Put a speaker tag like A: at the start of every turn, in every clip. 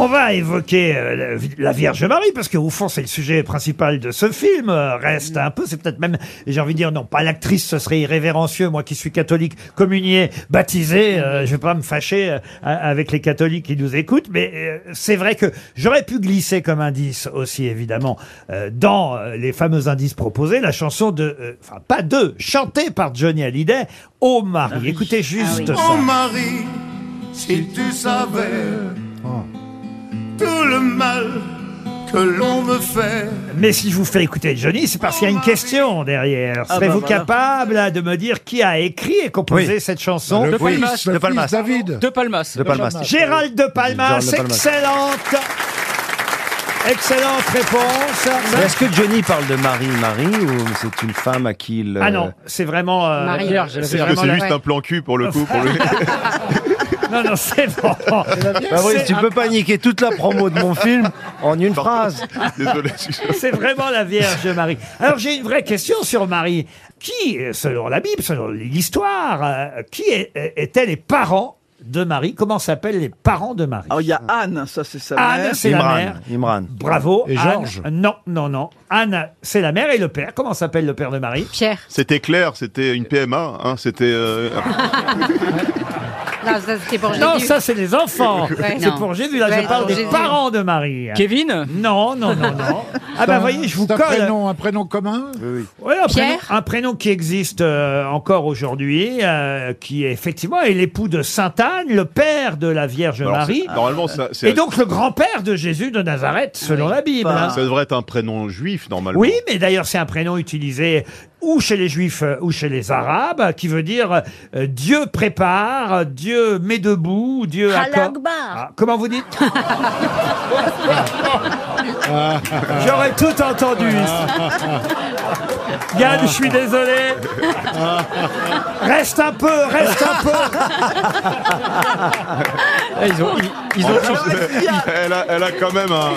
A: On va évoquer euh, la- la Vierge Marie, parce qu'au fond, c'est le sujet principal de ce film. euh, Reste un peu, c'est peut-être même, j'ai envie de dire, non, pas l'actrice, ce serait irrévérencieux. Moi qui suis catholique, communié, baptisé, euh, je vais pas me fâcher euh, a- avec les catholiques qui nous écoutent, mais euh, c'est vrai que j'aurais pu glisser comme indice aussi, évidemment, euh, dans euh, les fameux indices proposés, la chanson de, euh, enfin, pas de, chantée par Johnny Hallyday, Ô Marie. Écoutez juste
B: Oh
A: ça.
B: Marie, si tu savais
C: Oh.
B: tout le mal que l'on me fait.
A: Mais si je vous fais écouter Johnny, c'est parce qu'il y a une question derrière.
D: Oh, Ah,
A: Serez-vous
D: bah, voilà.
A: capable là, de me dire qui a écrit et composé
D: Oui. Bah,
A: cette chanson
D: Le
E: fils,
D: Palmas,
E: le fils,
D: le Palmas.
E: David.
D: De Palmas.
E: De Palmas.
A: Gérald de Palmas,
E: Gérald de Palmas.
A: excellente Excellente réponse.
E: Mais Est-ce que Johnny parle de Marie Marie ou c'est une femme à qui il...
A: Ah non, c'est vraiment... euh,
F: Marie. Vierge, elle a
A: c'est
F: fait
C: Parce que
A: vraiment
C: c'est
A: la-
C: juste un plan cul pour le coup. Pour le...
A: Non, non, c'est bon.
E: Bah oui,
A: C'est-
E: tu peux pas niquer toute la promo de mon film en une phrase.
C: Désolé. je-
A: C'est vraiment la Vierge Marie. Alors j'ai une vraie question sur Marie. Qui, selon la Bible, selon l'histoire, euh, qui est- étaient les parents de Marie Comment s'appellent les parents de Marie
D: Alors, Oh, il y a Anne, ça c'est sa
A: Anne,
D: mère.
A: c'est la
E: Imran,
A: mère.
E: Imran.
A: Bravo.
G: Et
A: Anne.
G: Georges.
A: Non, non, non. Anne, c'est la mère et le père. Comment s'appelle le père de Marie
F: Pierre.
C: C'était clair, c'était une PMA. Hein, c'était. euh,
F: Non, ça c'était pour Jésus.
A: Non, ça, c'est les enfants.
F: Ouais.
A: C'est
H: Non.
A: pour Jésus. Là,
F: Ouais,
A: je parle
F: pour
A: des
F: Jésus.
A: parents de Marie.
D: Kevin
A: Non, non, non, non. Ah ben, voyez, je vous
G: C'est un
A: colle.
G: Prénom, un prénom commun
A: Ouais, un, prénom,
F: Pierre
A: un prénom qui existe euh, encore aujourd'hui, euh, qui est effectivement est l'époux de Sainte Anne, le père de la Vierge
C: alors,
A: Marie,
C: c'est- Normalement, ça, c'est-
A: et donc le grand-père de Jésus de Nazareth, selon la Bible. hein.
C: ça devrait être un prénom juif normalement.
A: Oui, mais d'ailleurs, c'est un prénom utilisé ou chez les Juifs euh, ou chez les Arabes, euh, qui veut dire euh, Dieu prépare, euh, Dieu met debout, Dieu
H: Allah
A: accorde.
H: Akbar.
A: Ah, comment vous dites J'aurais tout entendu. ici. Yann, je suis désolé. Reste un peu, reste un peu.
D: Ah, ils ont, ils, ils ont
C: elle, a, elle a quand même un,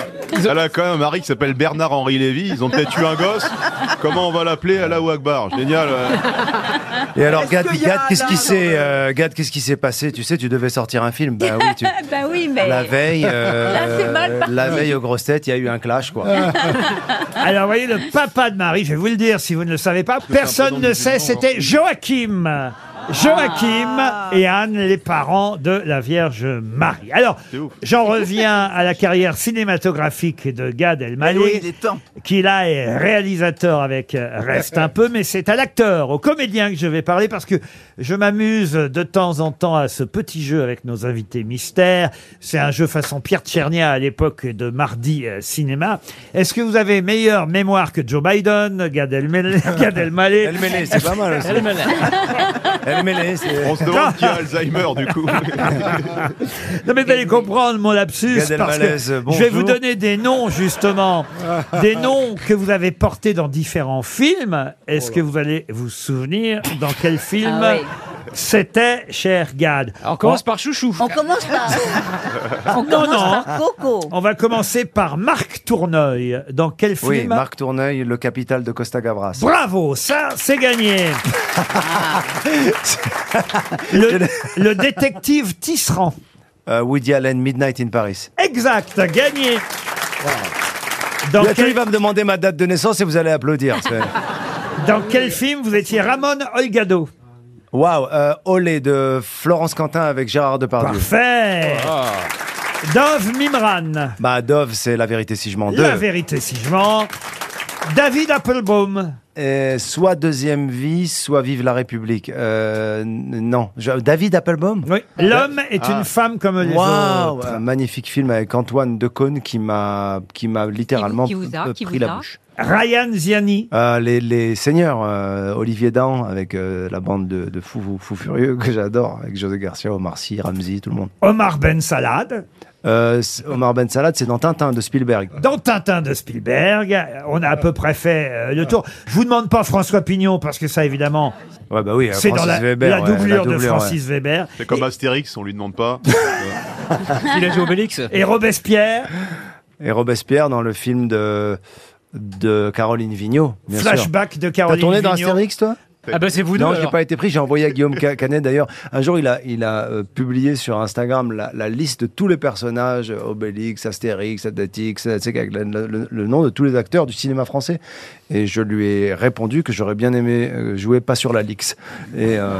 C: elle a quand même un mari qui s'appelle Bernard Henri Lévy. Ils ont peut-être eu un gosse. Comment on va l'appeler Allahu Akbar. Génial. euh.
E: Et alors,
D: Est-ce
E: Gad,
D: qu'il y a
E: Gad, qu'est-ce qui
D: Alain
E: s'est, euh, Gad, qu'est-ce qui s'est passé Tu sais, tu devais sortir un film. Bah oui, tu-
H: bah oui, mais.
E: la veille, euh,
H: Là, c'est mal parti.
E: la veille aux grosses têtes, il y a eu un clash, quoi.
A: Alors, vous voyez, le papa de Marie, je vais vous le dire si vous ne le savez pas, personne ne sait,
C: hein.
A: c'était
C: Ah.
A: Joachim. Joachim et Anne, les parents de la Vierge Marie. Alors,
C: C'est ouf.
A: j'en reviens à la carrière cinématographique de Gad Elmaleh.
D: Oui, il est temps.
A: qui là est réalisateur avec euh, Reste un peu, mais c'est à l'acteur, au comédien que je vais parler parce que je m'amuse de temps en temps à ce petit jeu avec nos invités mystères. C'est un jeu façon Pierre Tchernia à l'époque de Mardi euh, Cinéma. Est-ce que vous avez meilleure mémoire que Joe Biden, Gad Elmaleh, Gad Elmaleh
E: Elle mêlée, c'est pas mal aussi. Elle mêlée. c'est.
C: On se demande qui a Alzheimer du coup.
A: Non mais vous allez comprendre mon lapsus
E: Gad
A: parce que
E: Elmaleh, euh,
A: je vais
E: bonjour.
A: vous donner des noms justement, des noms que vous avez portés dans différents films. Est-ce
E: Oh
A: que vous allez vous souvenir dans quel film
H: Ah oui.
A: c'était, cher Gad
D: On commence par Chouchou.
H: On commence par. on
A: Non,
H: commence
A: non.
H: par Coco.
A: On va commencer par Marc Tourneuil. Dans quel film
E: Oui, Marc Tourneuil, le capital de Costa Gavras.
A: Bravo, ça c'est gagné.
E: Ah.
A: le, le détective Tisserand.
E: Euh, Woody Allen, Midnight in Paris.
A: Exact, gagné. Dans
E: Il y a
A: quel-
E: qui va me demander ma date de naissance et vous allez applaudir. c'est-
A: Dans quel film vous étiez Ramon Olgado
E: Waouh, euh, Olé de Florence Quentin avec Gérard Depardieu.
A: Parfait
E: Ah.
A: Dove Mimran,
E: Bah, Dove, c'est la vérité si je m'en
A: La
E: deux.
A: vérité si je mens. David Applebaum,
E: Euh, soit deuxième vie, soit vive la République. Euh, n- non, Je- David Applebaum.
A: oui. L'homme est une femme comme les
E: Ah. Waouh,
A: autres.
E: un magnifique film avec Antoine Decaune qui m'a qui m'a littéralement
H: Qui vous- qui vous a,
E: p-
H: qui
E: pris
H: vous
E: la
H: a.
E: bouche.
A: Ryan Ziani,
E: Euh, les, les Seigneurs, euh, Olivier Dan avec euh, la bande de, de fous fous furieux que j'adore avec José Garcia, Omar Sy, Ramsey, tout le monde.
A: Omar Ben Salad,
E: Euh, c- Omar Ben Salad, c'est dans Tintin de Spielberg.
A: dans Tintin de Spielberg. Euh, On a à peu près fait euh, le tour. Je vous demande pas François Pignon parce que ça évidemment
E: Ouais, bah oui.
A: c'est dans
E: Francis
A: la,
E: Weber,
A: la
E: ouais,
A: doublure de
E: ouais.
A: Francis Weber.
C: C'est comme Astérix, on lui demande pas.
D: Il a joué Obélix.
A: Et Robespierre,
E: Et Robespierre dans le film de de Caroline Vigneault. Bien sûr.
A: flashback de
E: T'as
A: Caroline
E: tourné dans
A: Vigneault.
E: Astérix, toi Ah bah c'est vous Non, j'ai pas été pris. J'ai envoyé à Guillaume Ca- Canet d'ailleurs. Un jour, il a, il a euh, publié sur Instagram la, la liste de tous les personnages euh, Obélix, Astérix, Addatix, euh, tu sais, avec le, le- le nom de tous les acteurs du cinéma français. Et je lui ai répondu que j'aurais bien aimé euh, jouer pas sur la Lix. Et euh,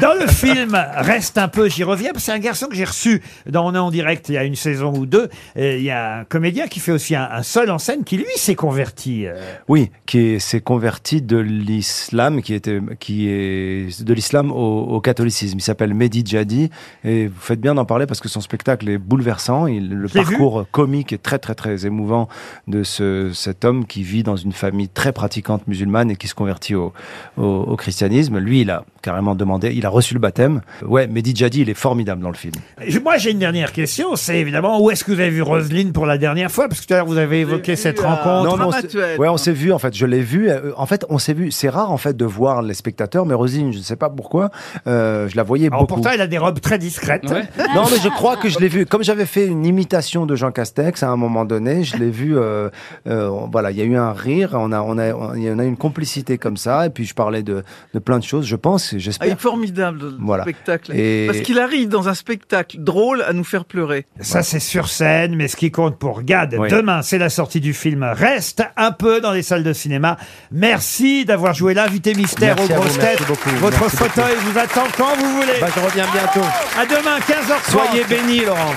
A: Dans le film Reste un peu, j'y reviens, parce que c'est un garçon que j'ai reçu dans On est en direct il y a une saison ou deux. Et il y a un comédien qui fait aussi un, un seul en scène qui lui s'est converti. euh,
E: oui, qui est- s'est converti de l'islam, qui était, qui est de l'islam au, au catholicisme. Il s'appelle Mehdi Jadi. Et vous faites bien d'en parler parce que son spectacle est bouleversant. Il, le
A: Je l'ai vu.
E: parcours comique est très très très émouvant de ce, cet homme qui vit dans une famille très pratiquante musulmane et qui se convertit au, au, au christianisme. Lui, il a carrément demandé, il a reçu le baptême. Ouais, Mehdi Jadi, il est formidable dans le film.
A: Je- Moi, j'ai une dernière question. C'est évidemment où est-ce que vous avez vu Roselyne pour la dernière fois Parce que tout à l'heure, vous avez évoqué cette rencontre.
E: euh, Non, non, on s'est- ouais, on s'est vu en fait. Je l'ai vu. euh, En fait, on s'est vu. C'est rare en fait de voir les spectateurs, mais Rosine, je ne sais pas pourquoi, euh, je la voyais
D: Ah,
A: Alors,
E: beaucoup.
A: pourtant, elle a des robes très discrètes.
E: Non, mais je crois que je l'ai vu. Comme j'avais fait une imitation de Jean Castex à un moment donné, je l'ai vu. euh, euh, voilà, il y a eu un rire. On a, on a, on- il y en a une complicité comme ça. Et puis je parlais de, de plein de choses. Je pense, et
D: Ah, il est
E: j'espère.
D: formidable le
E: Voilà.
D: spectacle.
E: Et-
D: Parce qu'il arrive dans un spectacle drôle à nous faire pleurer.
A: Ça, c'est sur scène, mais ce qui compte pour Gad,
E: Oui.
A: demain, c'est la sortie du film Reste un peu dans les salles de cinéma. Merci d'avoir joué l'invité mystère
E: Merci
A: aux
E: à vous,
A: grosses
E: merci
A: têtes.
E: beaucoup,
A: Votre
E: merci
A: fauteuil vous attend quand vous voulez.
E: Bah, je reviens bientôt.
A: À demain, 15h30.
E: Soyez bénis, Laurent.